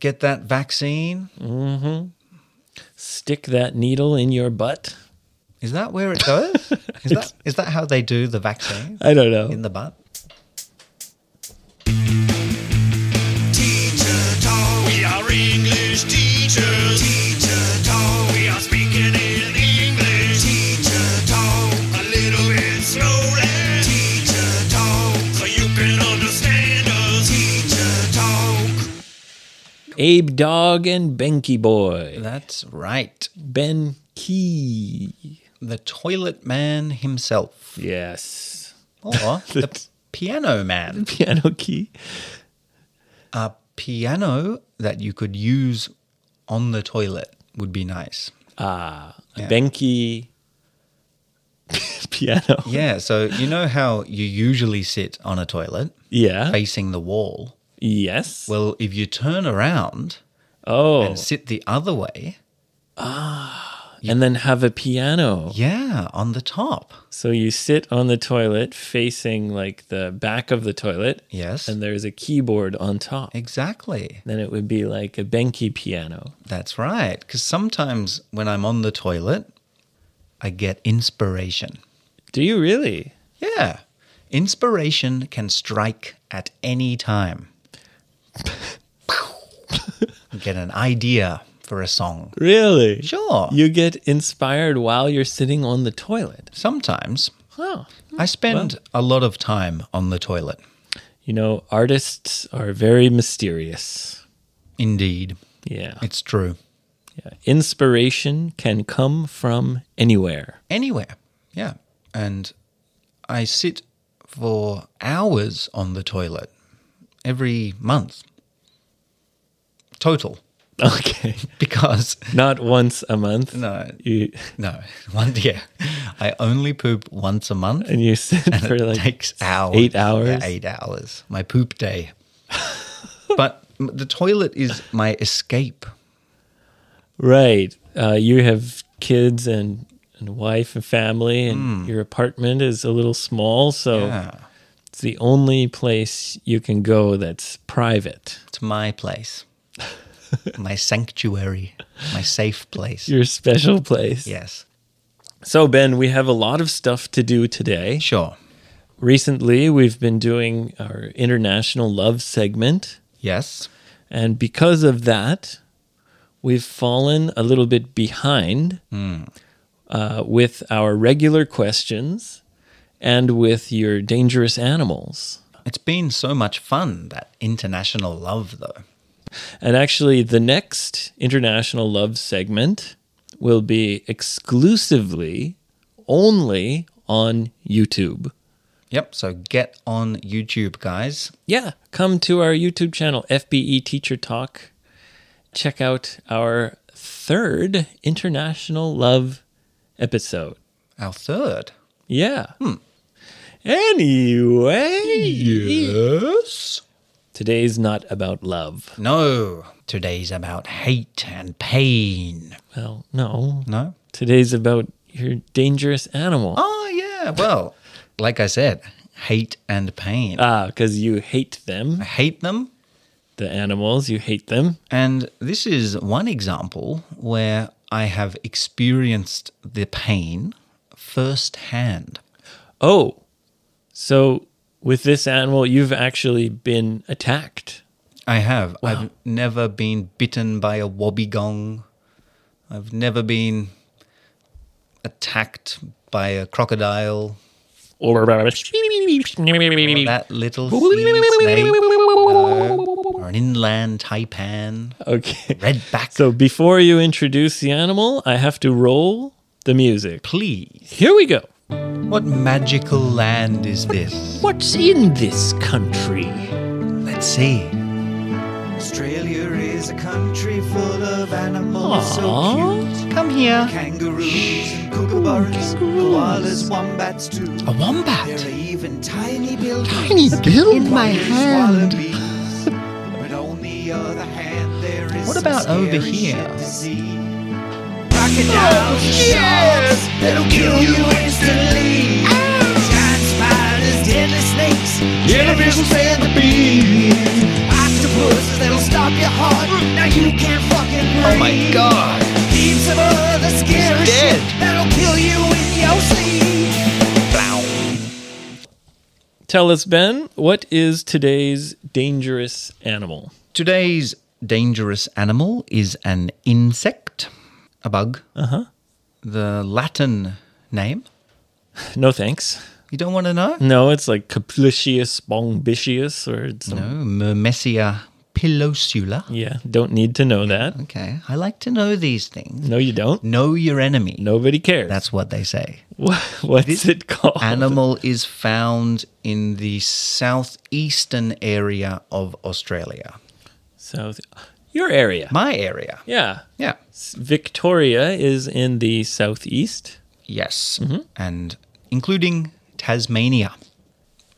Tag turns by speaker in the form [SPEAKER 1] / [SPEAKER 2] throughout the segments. [SPEAKER 1] get that vaccine.
[SPEAKER 2] Stick that needle in your butt.
[SPEAKER 1] Is that where it goes? Is that is that how they do the vaccine
[SPEAKER 2] I don't know.
[SPEAKER 1] in the butt?
[SPEAKER 3] Teacher talk. We are English teachers. Teacher talk. We are speaking in English. Teacher talk. A little bit slowly. Teacher talk. So you can understand us. Teacher talk.
[SPEAKER 2] Abe Dog and Benky Boy.
[SPEAKER 1] That's right.
[SPEAKER 2] Ben Key.
[SPEAKER 1] The toilet man himself,
[SPEAKER 2] Yes.
[SPEAKER 1] or the piano man.
[SPEAKER 2] Piano key.
[SPEAKER 1] A piano that you could use on the toilet would be nice.
[SPEAKER 2] Ah,
[SPEAKER 1] Yeah.
[SPEAKER 2] Benky piano.
[SPEAKER 1] Yeah. So you know how you usually sit on a toilet
[SPEAKER 2] Yeah.
[SPEAKER 1] facing the wall.
[SPEAKER 2] Yes.
[SPEAKER 1] Well, if you turn around
[SPEAKER 2] oh,
[SPEAKER 1] and sit the other way,
[SPEAKER 2] and then have a piano.
[SPEAKER 1] yeah, on the top.
[SPEAKER 2] So you sit on the toilet facing like the back of the toilet,
[SPEAKER 1] Yes.
[SPEAKER 2] and there's a keyboard on top.
[SPEAKER 1] Exactly.
[SPEAKER 2] Then it would be like a Benki piano.
[SPEAKER 1] That's right. Because sometimes when I'm on the toilet, I get inspiration.
[SPEAKER 2] Do you really?
[SPEAKER 1] Yeah. Inspiration can strike at any time. get an idea for a song.
[SPEAKER 2] Really?
[SPEAKER 1] Sure.
[SPEAKER 2] You get inspired while you're sitting on the toilet.
[SPEAKER 1] Sometimes
[SPEAKER 2] Huh.
[SPEAKER 1] I spend a lot of time on the toilet.
[SPEAKER 2] You know, artists are very mysterious.
[SPEAKER 1] Indeed.
[SPEAKER 2] Yeah.
[SPEAKER 1] It's true.
[SPEAKER 2] yeah. Inspiration can come from anywhere.
[SPEAKER 1] Anywhere. Yeah. And I sit for hours on the toilet every month. Total.
[SPEAKER 2] Okay.
[SPEAKER 1] Because
[SPEAKER 2] Not once a month.
[SPEAKER 1] no,
[SPEAKER 2] You,
[SPEAKER 1] no, one yeah. I only poop once a month.
[SPEAKER 2] and you sit for
[SPEAKER 1] it
[SPEAKER 2] like
[SPEAKER 1] takes hours.
[SPEAKER 2] eight
[SPEAKER 1] Yeah,
[SPEAKER 2] hours?
[SPEAKER 1] eight hours. My poop day. but m- the toilet is my escape.
[SPEAKER 2] Right. Uh, you have kids and, and wife and family, and your apartment is a little small. So
[SPEAKER 1] Hmm. Yeah.
[SPEAKER 2] it's the only place you can go that's private.
[SPEAKER 1] It's my place. my sanctuary. My safe place.
[SPEAKER 2] Your special place.
[SPEAKER 1] Yes.
[SPEAKER 2] So, Ben, we have a lot of stuff to do today.
[SPEAKER 1] Sure.
[SPEAKER 2] Recently, we've been doing our international love segment.
[SPEAKER 1] Yes.
[SPEAKER 2] And because of that, we've fallen a little bit behind uh, with our regular questions and with your dangerous animals.
[SPEAKER 1] It's been so much fun, that international love, though.
[SPEAKER 2] And actually, the next international love segment will be exclusively only on YouTube.
[SPEAKER 1] Yep. So get on YouTube, guys.
[SPEAKER 2] yeah, come to our YouTube channel, FBE Teacher Talk. Check out our third international love episode.
[SPEAKER 1] Our third.
[SPEAKER 2] Yeah. Anyway,
[SPEAKER 1] Yes.
[SPEAKER 2] today's not about love.
[SPEAKER 1] No. Today's about hate and pain.
[SPEAKER 2] Well, no.
[SPEAKER 1] No?
[SPEAKER 2] Today's about your dangerous animal.
[SPEAKER 1] Oh, yeah. Well, like I said, hate and pain.
[SPEAKER 2] Ah, because you hate them,
[SPEAKER 1] I hate them.
[SPEAKER 2] the animals, you hate them.
[SPEAKER 1] And this is one example where I have experienced the pain firsthand.
[SPEAKER 2] Oh, so with this animal, you've actually been attacked.
[SPEAKER 1] I have. I've never been bitten by a wobbegong. I've never been attacked by a crocodile. Or that little sea snake. no. Or an inland taipan.
[SPEAKER 2] Okay.
[SPEAKER 1] Redback.
[SPEAKER 2] So before you introduce the animal, I have to roll the music.
[SPEAKER 1] Please.
[SPEAKER 2] Here we go.
[SPEAKER 1] What magical land is this?
[SPEAKER 2] What's in this country?
[SPEAKER 1] Let's see.
[SPEAKER 3] Australia is a country full of animals
[SPEAKER 2] Aw.
[SPEAKER 3] so cute.
[SPEAKER 1] Come here.
[SPEAKER 3] Kangaroos and kookaburras, koalas, wombats too.
[SPEAKER 1] A
[SPEAKER 3] There are
[SPEAKER 1] wombat.
[SPEAKER 3] even tiny buildings.
[SPEAKER 1] in my hand.
[SPEAKER 3] but on the other hand, there is
[SPEAKER 1] What
[SPEAKER 3] some
[SPEAKER 1] about over
[SPEAKER 3] scary
[SPEAKER 1] here?
[SPEAKER 3] shit to see.
[SPEAKER 1] Oh,
[SPEAKER 3] Crocodiles and sharks that'll kill you instantly. Giant spiders, deadly snakes, jellyfish and the bees. Octopus
[SPEAKER 4] influences that'll stop your heart. Now you can't fucking
[SPEAKER 1] Oh
[SPEAKER 4] breathe.
[SPEAKER 1] my god.
[SPEAKER 4] Heaps of other scary
[SPEAKER 1] He's
[SPEAKER 4] shit
[SPEAKER 1] dead.
[SPEAKER 4] that'll kill you in your sleep.
[SPEAKER 2] Tell us, Ben, what is today's dangerous animal?
[SPEAKER 1] Today's dangerous animal is an insect, a bug. Uh huh. The Latin name.
[SPEAKER 2] No thanks.
[SPEAKER 1] You don't want to know?
[SPEAKER 2] No, it's like Caplicius bombicius or some.
[SPEAKER 1] No, Myrmecia pilosula.
[SPEAKER 2] Yeah, don't need to know that.
[SPEAKER 1] Okay, I like to know these things.
[SPEAKER 2] No, you don't.
[SPEAKER 1] Know your enemy.
[SPEAKER 2] Nobody cares.
[SPEAKER 1] That's what they say.
[SPEAKER 2] Wha- what's it called.
[SPEAKER 1] Animal is found in the southeastern area of Australia.
[SPEAKER 2] South, your area.
[SPEAKER 1] My area.
[SPEAKER 2] yeah,
[SPEAKER 1] Yeah.
[SPEAKER 2] S- Victoria is in the southeast.
[SPEAKER 1] Yes.
[SPEAKER 2] Mm-hmm.
[SPEAKER 1] And including Tasmania,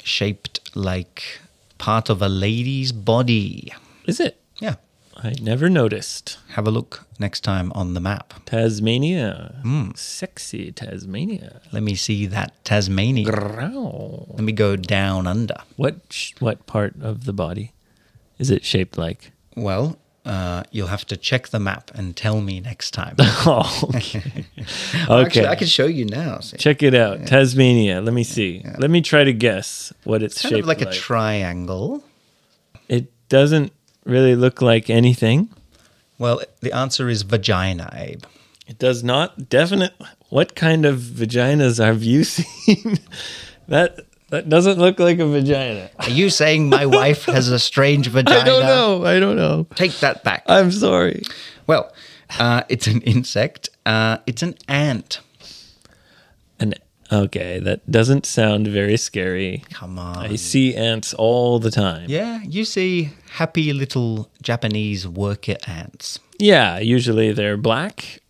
[SPEAKER 1] shaped like part of a lady's body.
[SPEAKER 2] Is it?
[SPEAKER 1] Yeah.
[SPEAKER 2] I never noticed.
[SPEAKER 1] Have a look next time on the map.
[SPEAKER 2] Tasmania,
[SPEAKER 1] Hmm.
[SPEAKER 2] sexy Tasmania.
[SPEAKER 1] Let me see that Tasmania.
[SPEAKER 2] Growl.
[SPEAKER 1] Let me go down under.
[SPEAKER 2] What sh- what part of the body is it shaped like?
[SPEAKER 1] Well, uh, you'll have to check the map and tell me next time.
[SPEAKER 2] Oh, okay.
[SPEAKER 1] Actually, I
[SPEAKER 2] Okay.
[SPEAKER 1] can show you now. See?
[SPEAKER 2] Check it out, Tasmania. Let me see. Let me try to guess what it's,
[SPEAKER 1] Kind
[SPEAKER 2] shaped
[SPEAKER 1] of like, a triangle.
[SPEAKER 2] it doesn't really look like anything.
[SPEAKER 1] Well, the answer is vagina, Abe.
[SPEAKER 2] It does not definite. What kind of vaginas have you seen? that that doesn't look like a vagina.
[SPEAKER 1] Are you saying my wife has a strange vagina?
[SPEAKER 2] I don't know. I don't know.
[SPEAKER 1] Take that back.
[SPEAKER 2] I'm sorry.
[SPEAKER 1] well, uh, it's an insect. Uh, it's an ant.
[SPEAKER 2] And okay, that doesn't sound very scary.
[SPEAKER 1] Come on.
[SPEAKER 2] I see ants all the time.
[SPEAKER 1] Yeah, you see happy little Japanese worker ants.
[SPEAKER 2] Yeah, usually they're black.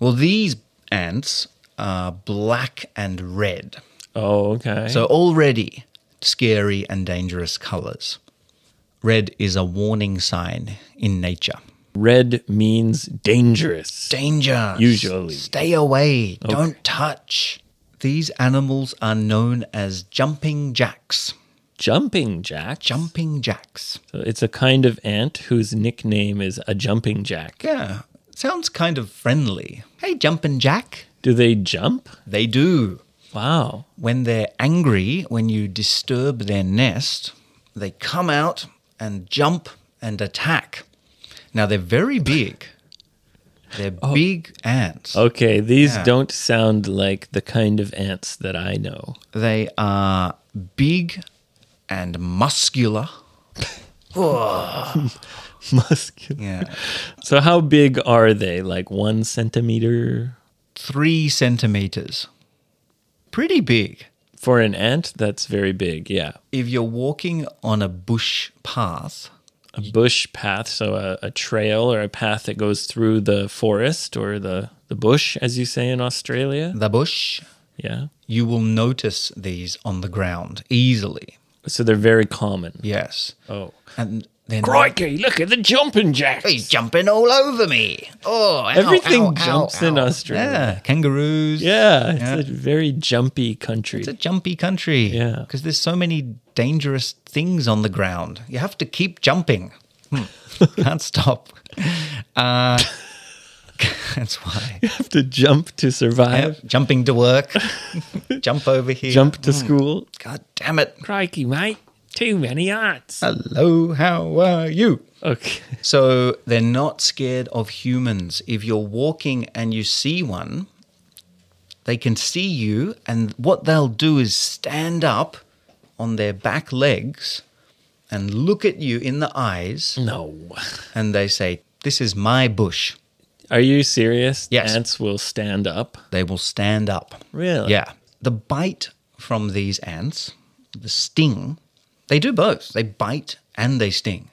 [SPEAKER 1] Well, these ants are black and red.
[SPEAKER 2] Oh, okay.
[SPEAKER 1] So already scary and dangerous colors. Red is a warning sign in nature.
[SPEAKER 2] red means dangerous.
[SPEAKER 1] Danger.
[SPEAKER 2] Usually.
[SPEAKER 1] Stay away. Don't touch. These animals are known as jumping jacks.
[SPEAKER 2] Jumping jack.
[SPEAKER 1] Jumping jacks.
[SPEAKER 2] So it's a kind of ant whose nickname is a jumping jack.
[SPEAKER 1] Yeah, sounds kind of friendly. Hey, jumping jack.
[SPEAKER 2] Do they jump?
[SPEAKER 1] They do.
[SPEAKER 2] Wow.
[SPEAKER 1] When they're angry, when you disturb their nest, they come out and jump and attack. Now, they're very big. They're big ants.
[SPEAKER 2] Okay, these
[SPEAKER 1] Yeah.
[SPEAKER 2] don't sound like the kind of ants that I know.
[SPEAKER 1] They are big and muscular.
[SPEAKER 2] Muscular.
[SPEAKER 1] Yeah.
[SPEAKER 2] So how big are they? Like one centimeter
[SPEAKER 1] Three centimeters. Pretty big.
[SPEAKER 2] for an ant? That's very big. Yeah,
[SPEAKER 1] If you're walking on a bush path,
[SPEAKER 2] a bush path, so a, a trail or a path that goes through the forest or the the bush, as you say in Australia.
[SPEAKER 1] the bush,
[SPEAKER 2] Yeah.
[SPEAKER 1] you will notice these on the ground easily.
[SPEAKER 2] So they're very common.
[SPEAKER 1] Yes.
[SPEAKER 2] Oh.
[SPEAKER 1] And then
[SPEAKER 2] Look at the jumping jack.
[SPEAKER 1] he's jumping all over me. Oh, ow,
[SPEAKER 2] Everything
[SPEAKER 1] ow, ow,
[SPEAKER 2] jumps in
[SPEAKER 1] ow.
[SPEAKER 2] Australia.
[SPEAKER 1] Yeah, kangaroos.
[SPEAKER 2] Yeah, it's
[SPEAKER 1] Yeah.
[SPEAKER 2] a very jumpy country.
[SPEAKER 1] It's a jumpy country.
[SPEAKER 2] Yeah.
[SPEAKER 1] Because there's so many dangerous things on the ground. You have to keep jumping. Hmm. Can't stop. Uh, that's why.
[SPEAKER 2] you have to jump to survive.
[SPEAKER 1] Yep, Jumping to work. Jump over here.
[SPEAKER 2] Jump to school.
[SPEAKER 1] God damn it.
[SPEAKER 2] Crikey, mate. Too many arts.
[SPEAKER 1] Hello, how are you?
[SPEAKER 2] Okay.
[SPEAKER 1] So they're not scared of humans. If you're walking and you see one, they can see you, and what they'll do is stand up on their back legs and look at you in the eyes,
[SPEAKER 2] No.
[SPEAKER 1] and they say, This is my bush.
[SPEAKER 2] Are you serious?
[SPEAKER 1] Yes.
[SPEAKER 2] Ants will stand up.
[SPEAKER 1] They will stand up.
[SPEAKER 2] Really?
[SPEAKER 1] Yeah. The bite from these ants, the sting, they do both. They bite and they sting.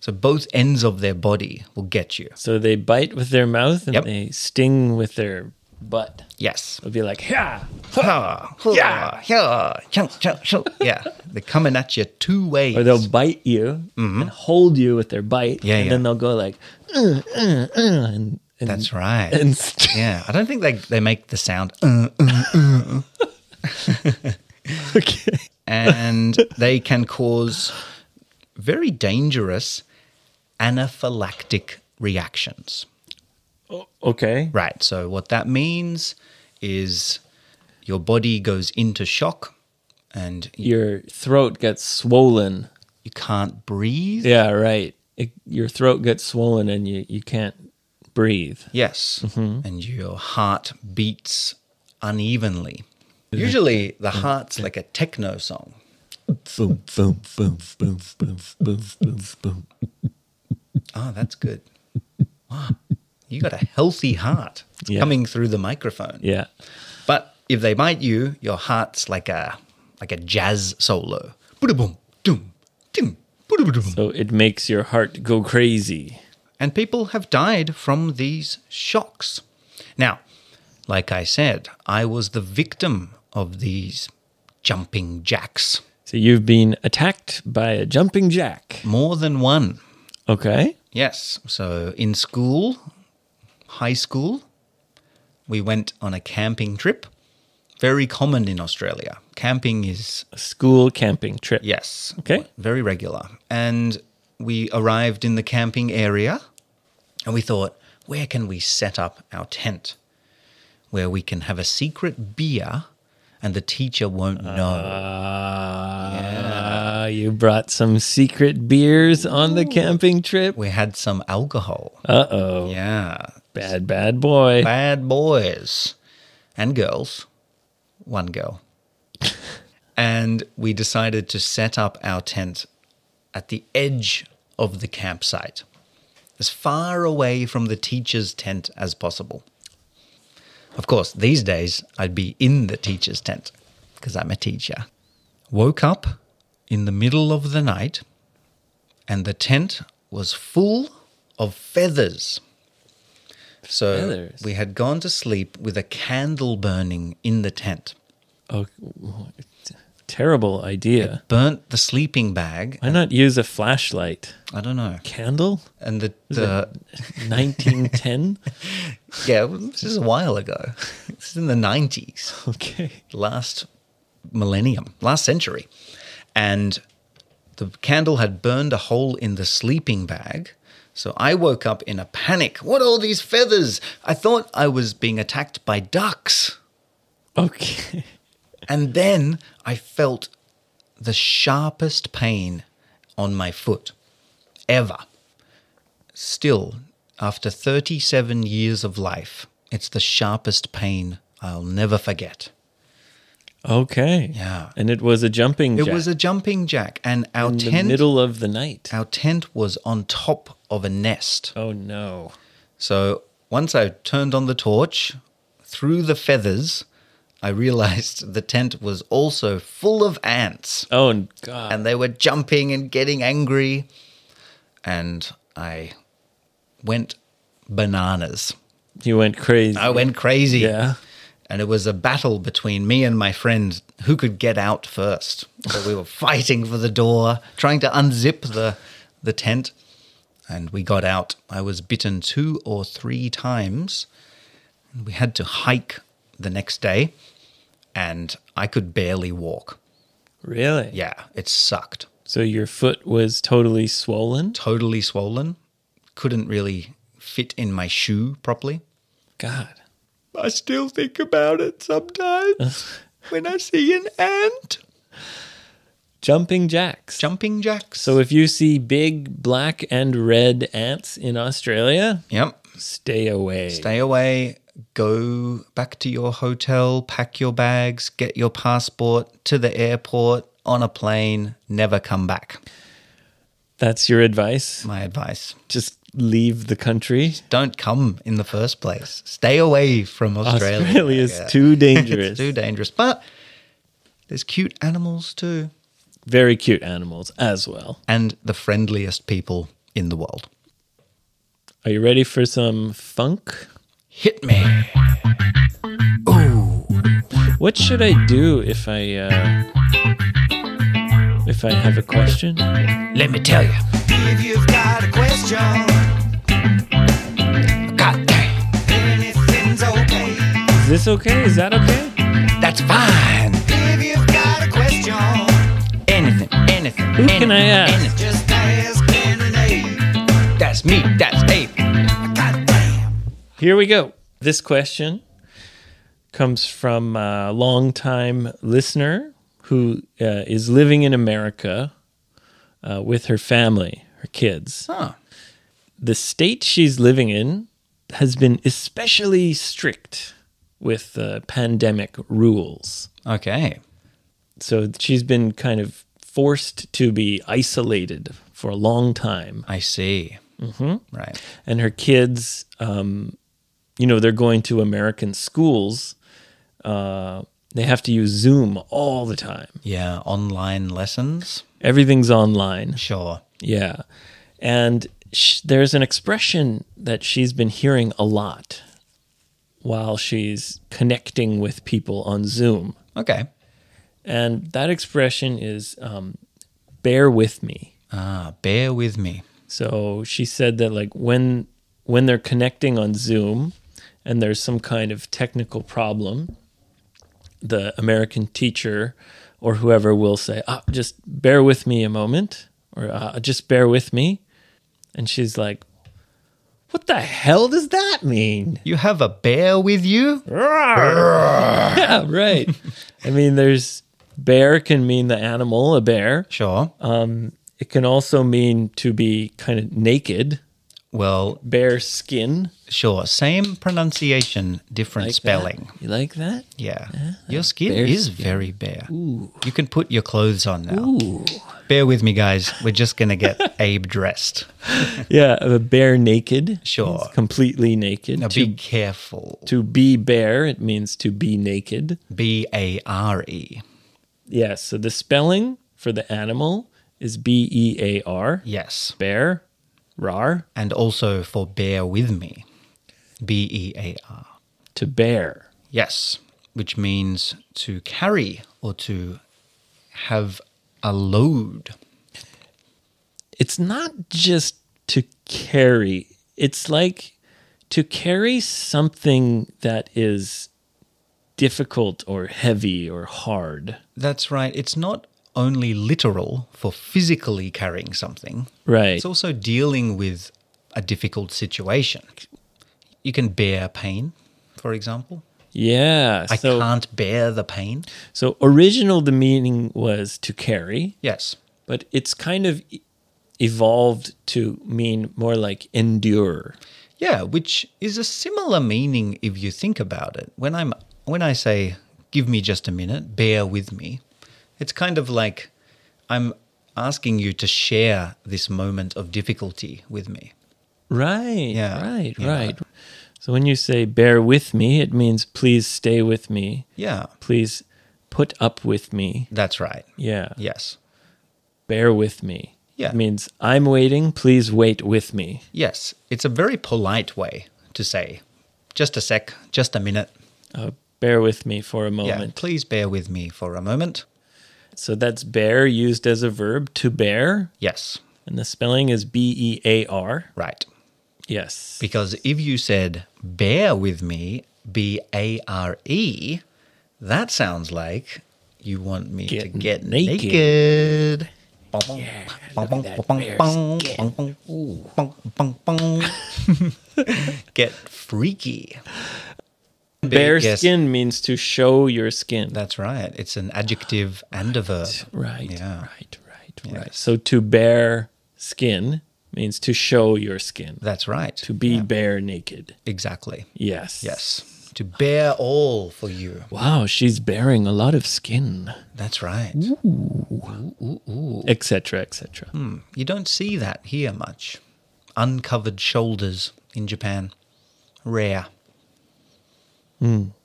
[SPEAKER 1] So both ends of their body will get you.
[SPEAKER 2] So they bite with their mouth and
[SPEAKER 1] Yep.
[SPEAKER 2] they sting with their butt.
[SPEAKER 1] Yes.
[SPEAKER 2] They'll be like, yeah.
[SPEAKER 1] Ah, yeah, yeah, chunk, chunk, chunk. yeah. They're coming at you two ways.
[SPEAKER 2] Or they'll bite you and hold you with their bite.
[SPEAKER 1] Mm-hmm. Yeah,
[SPEAKER 2] And
[SPEAKER 1] yeah.
[SPEAKER 2] then they'll go like, uh, uh, uh, and, and,
[SPEAKER 1] That's right.
[SPEAKER 2] and st-
[SPEAKER 1] yeah, I don't think they they make the sound. Uh,
[SPEAKER 2] okay.
[SPEAKER 1] and they can cause very dangerous anaphylactic reactions.
[SPEAKER 2] Okay.
[SPEAKER 1] Right. So what that means is your body goes into shock and you,
[SPEAKER 2] Your throat gets swollen.
[SPEAKER 1] you can't breathe.
[SPEAKER 2] Yeah, right. It, your throat gets swollen and you, you can't breathe.
[SPEAKER 1] Yes.
[SPEAKER 2] Mm-hmm.
[SPEAKER 1] And your heart beats unevenly. Usually the heart's like a techno song.
[SPEAKER 2] Boom, boom, boom, boom, boom, boom, boom, boom.
[SPEAKER 1] Oh, that's good. Wow. You got a healthy heart
[SPEAKER 2] Yeah.
[SPEAKER 1] coming through the microphone.
[SPEAKER 2] Yeah.
[SPEAKER 1] But if they bite you, your heart's like a like a jazz solo. Boom, doom, doom, boom.
[SPEAKER 2] So it makes your heart go crazy.
[SPEAKER 1] and people have died from these shocks. Now, like I said, I was the victim of these jumping jacks.
[SPEAKER 2] So you've been attacked by a jumping jack.
[SPEAKER 1] More than one.
[SPEAKER 2] Okay.
[SPEAKER 1] Yes. So in school, high school, we went on a camping trip. Very common in Australia. Camping is,
[SPEAKER 2] A school camping trip.
[SPEAKER 1] yes,
[SPEAKER 2] Okay.
[SPEAKER 1] very regular. And we arrived in the camping area and we thought, where can we set up our tent where we can have a secret beer and the teacher won't know?
[SPEAKER 2] Uh, you brought some secret beers on the camping trip.
[SPEAKER 1] We had some alcohol.
[SPEAKER 2] Uh oh.
[SPEAKER 1] Yeah.
[SPEAKER 2] Bad, bad boy.
[SPEAKER 1] Bad boys and girls. One girl. and we decided to set up our tent at the edge of the campsite, as far away from the teacher's tent as possible. Of course, these days I'd be in the teacher's tent because I'm a teacher. Woke up in the middle of the night and the tent was full of feathers. So
[SPEAKER 2] Feathers?
[SPEAKER 1] we had gone to sleep with a candle burning in the tent,
[SPEAKER 2] Oh, t- terrible idea.
[SPEAKER 1] burnt the sleeping bag.
[SPEAKER 2] Why not use a flashlight?
[SPEAKER 1] I don't know.
[SPEAKER 2] Candle?
[SPEAKER 1] And the, the
[SPEAKER 2] 1910?
[SPEAKER 1] yeah, well, this is a while ago. This is in the 90s.
[SPEAKER 2] okay.
[SPEAKER 1] last millennium, last century. And the candle had burned a hole in the sleeping bag. So I woke up in a panic. What are all these feathers? I thought I was being attacked by ducks.
[SPEAKER 2] Okay.
[SPEAKER 1] And then I felt the sharpest pain on my foot ever. Still, after 37 years of life, it's the sharpest pain I'll never forget.
[SPEAKER 2] Okay.
[SPEAKER 1] Yeah.
[SPEAKER 2] And it was a jumping
[SPEAKER 1] It
[SPEAKER 2] jack
[SPEAKER 1] was a jumping jack, and our
[SPEAKER 2] in the
[SPEAKER 1] tent
[SPEAKER 2] middle of the night.
[SPEAKER 1] our tent was on top of a nest.
[SPEAKER 2] Oh no.
[SPEAKER 1] So once I turned on the torch, through the feathers, I realized the tent was also full of ants,
[SPEAKER 2] Oh and god.
[SPEAKER 1] and they were jumping and getting angry, and I went bananas.
[SPEAKER 2] you went crazy.
[SPEAKER 1] I went crazy.
[SPEAKER 2] Yeah.
[SPEAKER 1] And it was a battle between me and my friend who could get out first. So we were fighting for the door, trying to unzip the the tent, and we got out. I was bitten two or three times. And we had to hike the next day, and I could barely walk.
[SPEAKER 2] Really?
[SPEAKER 1] Yeah, it sucked.
[SPEAKER 2] So your foot was totally swollen?
[SPEAKER 1] Totally swollen. Couldn't really fit in my shoe properly.
[SPEAKER 2] God.
[SPEAKER 1] I still think about it
[SPEAKER 2] Uh.
[SPEAKER 1] sometimes when I see an ant.
[SPEAKER 2] Jumping jacks.
[SPEAKER 1] Jumping jacks.
[SPEAKER 2] so if you see big black and red ants in Australia,
[SPEAKER 1] yep.
[SPEAKER 2] stay away.
[SPEAKER 1] Stay away. Go back to your hotel, pack your bags, get your passport to the airport, on a plane, never come back.
[SPEAKER 2] That's your advice.
[SPEAKER 1] My advice.
[SPEAKER 2] Just leave the country.
[SPEAKER 1] Don't come in the first place. Stay away from Australia.
[SPEAKER 2] Australia is
[SPEAKER 1] Yeah.
[SPEAKER 2] too dangerous.
[SPEAKER 1] It's too dangerous. But there's cute animals too.
[SPEAKER 2] Very cute animals as well.
[SPEAKER 1] And the friendliest people in the world.
[SPEAKER 2] Are you ready for some funk?
[SPEAKER 1] Hit me.
[SPEAKER 2] What should I do if I uh, if I have a question?
[SPEAKER 1] Let me tell you.
[SPEAKER 4] If you've got a question,
[SPEAKER 1] God dang,
[SPEAKER 4] anything's okay.
[SPEAKER 2] Is this okay? Is that okay?
[SPEAKER 1] that's fine.
[SPEAKER 4] If you've got a question,
[SPEAKER 1] Anything, anything.
[SPEAKER 2] Who can I ask?
[SPEAKER 4] just
[SPEAKER 1] me, that's eight.
[SPEAKER 2] Here we go. This question comes from a longtime listener who uh, is living in America uh, with her family, her kids.
[SPEAKER 1] Huh.
[SPEAKER 2] The state she's living in has been especially strict with uh, pandemic rules.
[SPEAKER 1] Okay.
[SPEAKER 2] So she's been kind of forced to be isolated for a long time.
[SPEAKER 1] I see. Mm-hmm. Right.
[SPEAKER 2] and her kids, um, you know, they're going to American schools. Uh, they have to use Zoom all the time.
[SPEAKER 1] Yeah. Online lessons.
[SPEAKER 2] Everything's online.
[SPEAKER 1] Sure.
[SPEAKER 2] Yeah. And sh- there's an expression that she's been hearing a lot while she's connecting with people on Zoom.
[SPEAKER 1] Okay.
[SPEAKER 2] And that expression is um, bear with me.
[SPEAKER 1] Ah, bear with me.
[SPEAKER 2] So she said that like when when they're connecting on Zoom and there's some kind of technical problem, the American teacher or whoever will say, ah, "Just bear with me a moment," or ah, "Just bear with me," and she's like, "What the hell does that mean?"
[SPEAKER 1] You have a bear with you?
[SPEAKER 2] yeah, right. I mean, there's bear can mean the animal, a bear.
[SPEAKER 1] Sure.
[SPEAKER 2] It can also mean to be kind of naked,
[SPEAKER 1] well,
[SPEAKER 2] bare skin.
[SPEAKER 1] sure. Same pronunciation, different
[SPEAKER 2] Like that?
[SPEAKER 1] spelling.
[SPEAKER 2] You like that?
[SPEAKER 1] Yeah.
[SPEAKER 2] Ah,
[SPEAKER 1] Your skin
[SPEAKER 2] bare
[SPEAKER 1] is very bare. You can put your clothes on now.
[SPEAKER 2] Ooh.
[SPEAKER 1] Bear with me, guys. We're just going to get Abe dressed.
[SPEAKER 2] Yeah, uh, bare naked.
[SPEAKER 1] Sure.
[SPEAKER 2] It's completely naked.
[SPEAKER 1] Now
[SPEAKER 2] to,
[SPEAKER 1] be careful.
[SPEAKER 2] to be bare, it means to be naked.
[SPEAKER 1] B A R E.
[SPEAKER 2] Yes. so the spelling for the animal is B E A R.
[SPEAKER 1] Yes.
[SPEAKER 2] Bear, rar,
[SPEAKER 1] And also for bear with me. B E A R.
[SPEAKER 2] to bear.
[SPEAKER 1] Yes. Which means to carry or to have a load.
[SPEAKER 2] It's not just to carry, it's like to carry something that is difficult or heavy or hard.
[SPEAKER 1] That's right. It's not only literal for physically carrying something,
[SPEAKER 2] Right.
[SPEAKER 1] It's also dealing with a difficult situation. You can bear pain, for example.
[SPEAKER 2] yeah.
[SPEAKER 1] I
[SPEAKER 2] so
[SPEAKER 1] can't bear the pain.
[SPEAKER 2] So original the meaning was to carry,
[SPEAKER 1] Yes.
[SPEAKER 2] but it's kind of e- evolved to mean more like endure.
[SPEAKER 1] Yeah, which is a similar meaning if you think about it. When I'm when I say give me just a minute, bear with me, it's kind of like I'm asking you to share this moment of difficulty with me.
[SPEAKER 2] Right.
[SPEAKER 1] Yeah,
[SPEAKER 2] Right.
[SPEAKER 1] yeah.
[SPEAKER 2] Right. So when you say bear with me, it means please stay with me.
[SPEAKER 1] Yeah.
[SPEAKER 2] Please put up with me.
[SPEAKER 1] That's right.
[SPEAKER 2] Yeah.
[SPEAKER 1] Yes.
[SPEAKER 2] Bear with me.
[SPEAKER 1] Yeah.
[SPEAKER 2] It means I'm waiting, please wait with me.
[SPEAKER 1] Yes. It's a very polite way to say just a sec, just a minute.
[SPEAKER 2] Uh, bear with me for a
[SPEAKER 1] Yeah,
[SPEAKER 2] moment.
[SPEAKER 1] please bear with me for a moment.
[SPEAKER 2] So that's bear used as a verb to bear,
[SPEAKER 1] Yes,
[SPEAKER 2] and the spelling is B E A R.
[SPEAKER 1] right.
[SPEAKER 2] Yes.
[SPEAKER 1] Because if you said bear with me, B A R E, that sounds like you want me to
[SPEAKER 2] Get
[SPEAKER 1] get
[SPEAKER 2] naked.
[SPEAKER 1] naked. Bong, bong, bong,
[SPEAKER 2] that
[SPEAKER 1] bong,
[SPEAKER 2] bear's
[SPEAKER 1] bong, bong, bong, bong, bong, bong. Get freaky.
[SPEAKER 2] Bare
[SPEAKER 1] Yes,
[SPEAKER 2] skin means to show your skin.
[SPEAKER 1] That's right. It's an adjective and a verb.
[SPEAKER 2] right,
[SPEAKER 1] Yeah.
[SPEAKER 2] right, right, right. So to bare skin means to show your skin,
[SPEAKER 1] That's right.
[SPEAKER 2] to be bare naked.
[SPEAKER 1] Exactly.
[SPEAKER 2] Yes.
[SPEAKER 1] Yes. To bear all for you.
[SPEAKER 2] Wow, she's bearing a lot of skin,
[SPEAKER 1] That's right.
[SPEAKER 2] etc., etc.
[SPEAKER 1] You don't see that here much. Uncovered shoulders in Japan. Rare.
[SPEAKER 2] You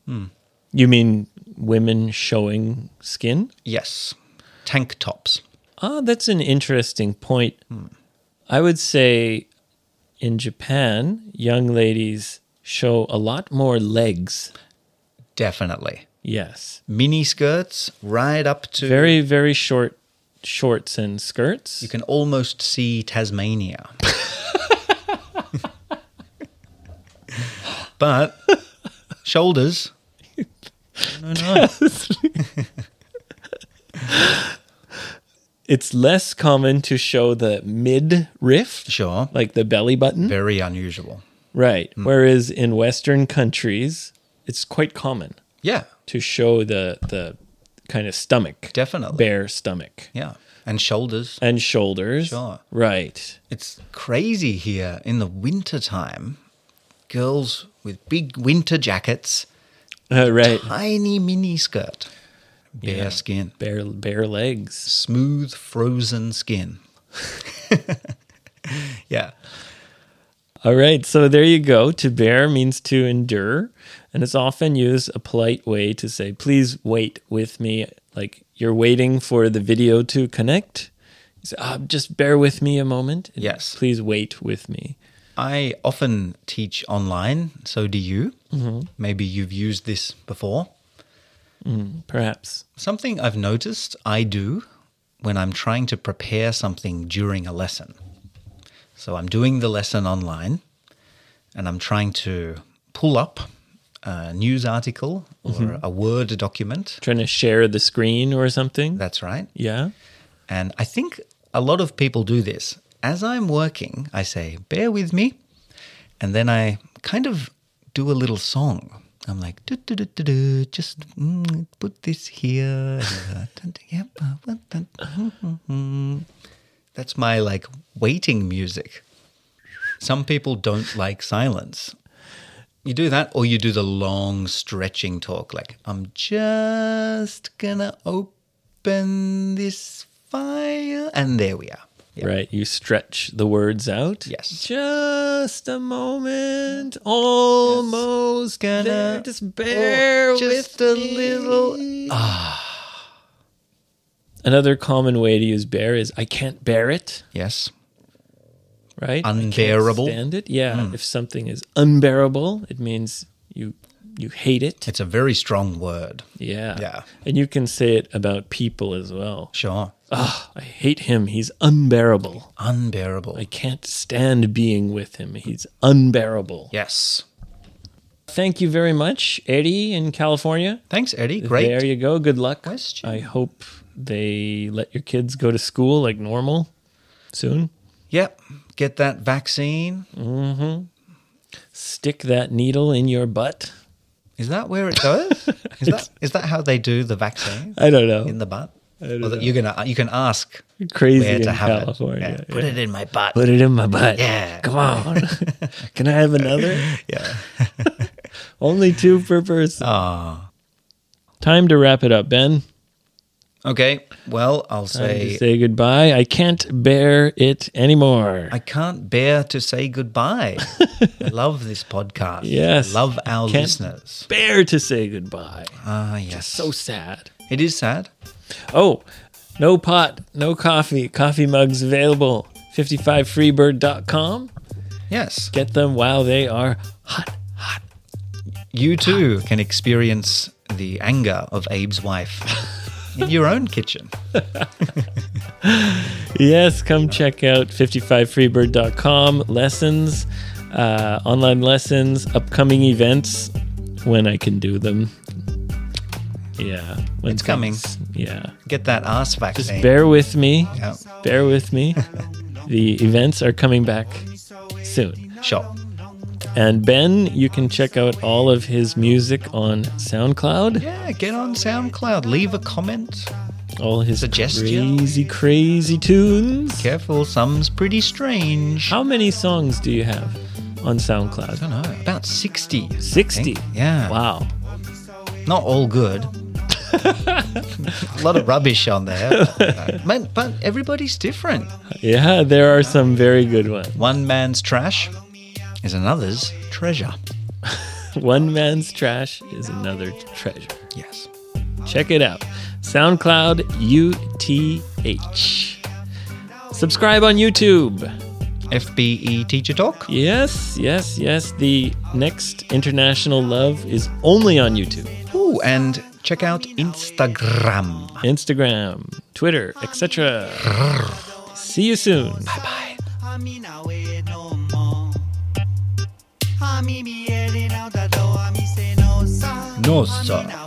[SPEAKER 2] mean women showing skin?
[SPEAKER 1] Yes. Tank tops.
[SPEAKER 2] Ah, that's an interesting point.
[SPEAKER 1] Hmm.
[SPEAKER 2] I would say in Japan, young ladies show a lot more legs.
[SPEAKER 1] Definitely.
[SPEAKER 2] Yes.
[SPEAKER 1] Mini skirts right up to.
[SPEAKER 2] very very short shorts and skirts
[SPEAKER 1] You can almost see Tasmania. but shoulders. No, no.
[SPEAKER 2] It's less common to show the mid riff,
[SPEAKER 1] Sure.
[SPEAKER 2] like the belly button.
[SPEAKER 1] Very Mm. unusual.
[SPEAKER 2] Right. Whereas in Western countries, it's quite common
[SPEAKER 1] Yeah.
[SPEAKER 2] to show the the kind of stomach,
[SPEAKER 1] Definitely.
[SPEAKER 2] bare stomach
[SPEAKER 1] Yeah. And shoulders.
[SPEAKER 2] and shoulders.
[SPEAKER 1] Sure.
[SPEAKER 2] Right.
[SPEAKER 1] It's crazy here in the winter time. Girls with big winter jackets,
[SPEAKER 2] Uh, right.
[SPEAKER 1] tiny mini skirt, bare
[SPEAKER 2] Yeah.
[SPEAKER 1] skin,
[SPEAKER 2] Bare bare legs.
[SPEAKER 1] smooth frozen skin. yeah.
[SPEAKER 2] All right. So there you go. To bear means to endure, and it's often used a polite way to say, "Please wait with me." Like you're waiting for the video to connect. You say, "Ah, just bear with me a moment.
[SPEAKER 1] Yes.
[SPEAKER 2] Please wait with me.
[SPEAKER 1] I often teach online, so do you. Maybe you've used this before.
[SPEAKER 2] Perhaps.
[SPEAKER 1] Something I've noticed I do when I'm trying to prepare something during a lesson. So I'm doing the lesson online and I'm trying to pull up a news article or a Word document.
[SPEAKER 2] Trying to share the screen or something.
[SPEAKER 1] That's right.
[SPEAKER 2] yeah.
[SPEAKER 1] And I think a lot of people do this. As I'm working, I say, bear with me. And then I kind of do a little song. I'm like, do, do, do, do, do, just mm, put this here. ah, hmm, That's my like waiting music. Some people don't like silence. You do that, or you do the long stretching talk, like, I'm just gonna open this file. And there we are. Yeah.
[SPEAKER 2] Right. You stretch the words out.
[SPEAKER 1] Yes.
[SPEAKER 2] Just a moment. Almost
[SPEAKER 1] Gonna-
[SPEAKER 2] there. Just bear
[SPEAKER 1] Oh,
[SPEAKER 2] with
[SPEAKER 1] just a little. ah.
[SPEAKER 2] Another common way to use bear is I can't bear it.
[SPEAKER 1] Yes.
[SPEAKER 2] Right.
[SPEAKER 1] Unbearable. Hmm.
[SPEAKER 2] I can't stand it. Yeah. If something is unbearable, it means you you hate it.
[SPEAKER 1] It's a very strong word.
[SPEAKER 2] Yeah.
[SPEAKER 1] Yeah.
[SPEAKER 2] And you can say it about people as well.
[SPEAKER 1] Sure.
[SPEAKER 2] Ugh, I hate him. He's unbearable.
[SPEAKER 1] Unbearable.
[SPEAKER 2] I can't stand being with him. He's unbearable.
[SPEAKER 1] yes.
[SPEAKER 2] Thank you very much, Eddie in California.
[SPEAKER 1] Thanks, Eddie. Great.
[SPEAKER 2] There you go. Good luck.
[SPEAKER 1] Question.
[SPEAKER 2] I hope they let your kids go to school like normal soon.
[SPEAKER 1] Yep. Get that vaccine. Mm-hmm.
[SPEAKER 2] Stick that needle in your butt.
[SPEAKER 1] Is that where it goes? Is that is that how they do the vaccine
[SPEAKER 2] I don't
[SPEAKER 1] in
[SPEAKER 2] know.
[SPEAKER 1] the butt?
[SPEAKER 2] don't
[SPEAKER 1] Or that you're gonna you can ask
[SPEAKER 2] Crazy
[SPEAKER 1] where
[SPEAKER 2] in
[SPEAKER 1] to have
[SPEAKER 2] California.
[SPEAKER 1] it. Yeah, Put
[SPEAKER 2] yeah.
[SPEAKER 1] it in my butt.
[SPEAKER 2] Put it in my butt.
[SPEAKER 1] Yeah.
[SPEAKER 2] Come on. Can I have another?
[SPEAKER 1] Yeah.
[SPEAKER 2] Only two per person.
[SPEAKER 1] Ah.
[SPEAKER 2] Time to wrap it up, Ben.
[SPEAKER 1] Okay. Well, I'll
[SPEAKER 2] Time
[SPEAKER 1] say
[SPEAKER 2] to say goodbye. I can't bear it anymore.
[SPEAKER 1] I can't bear to say goodbye. I love this podcast.
[SPEAKER 2] Yes.
[SPEAKER 1] I love our
[SPEAKER 2] Can't-
[SPEAKER 1] listeners.
[SPEAKER 2] bear to say goodbye.
[SPEAKER 1] Ah, yes.
[SPEAKER 2] So sad.
[SPEAKER 1] it is sad.
[SPEAKER 2] Oh, no pot, no coffee. Coffee mugs available. 55freebird.com.
[SPEAKER 1] Yes.
[SPEAKER 2] Get them while they are hot.
[SPEAKER 1] You too can experience the anger of Abe's wife in your own kitchen.
[SPEAKER 2] Yes, come check out 55freebird.com. Lessons, uh, online lessons, upcoming events when I can do them. Yeah. when
[SPEAKER 1] It's coming.
[SPEAKER 2] things- Yeah.
[SPEAKER 1] Get that ass
[SPEAKER 2] Just
[SPEAKER 1] vaccine.
[SPEAKER 2] bear with me.
[SPEAKER 1] Yeah.
[SPEAKER 2] Bear with me. the events are coming back soon.
[SPEAKER 1] Sure.
[SPEAKER 2] And Ben, you can check out all of his music on SoundCloud.
[SPEAKER 1] Yeah, get on SoundCloud. Leave a comment.
[SPEAKER 2] All his
[SPEAKER 1] Suggestion.
[SPEAKER 2] crazy, crazy tunes.
[SPEAKER 1] Careful, some's pretty strange. I
[SPEAKER 2] How many songs do you have on SoundCloud?
[SPEAKER 1] don't know. About 60. I think.
[SPEAKER 2] 60.
[SPEAKER 1] Yeah.
[SPEAKER 2] Wow.
[SPEAKER 1] Not all good. a lot of rubbish on there. Man, but everybody's different.
[SPEAKER 2] Yeah, there are some very good ones.
[SPEAKER 1] One man's trash is another's treasure.
[SPEAKER 2] One man's trash is another treasure.
[SPEAKER 1] Yes.
[SPEAKER 2] Check it out. SoundCloud UTH. Subscribe on YouTube.
[SPEAKER 1] FBE E Teacher Talk.
[SPEAKER 2] Yes, yes, yes. The next International Love is only on YouTube.
[SPEAKER 1] Ooh, and check out Instagram.
[SPEAKER 2] Instagram, Twitter, etc. See you soon.
[SPEAKER 1] Bye.
[SPEAKER 5] Ami na we no mo. Ami mi eli na da do ami se no sa.
[SPEAKER 1] No sa.
[SPEAKER 5] Ami na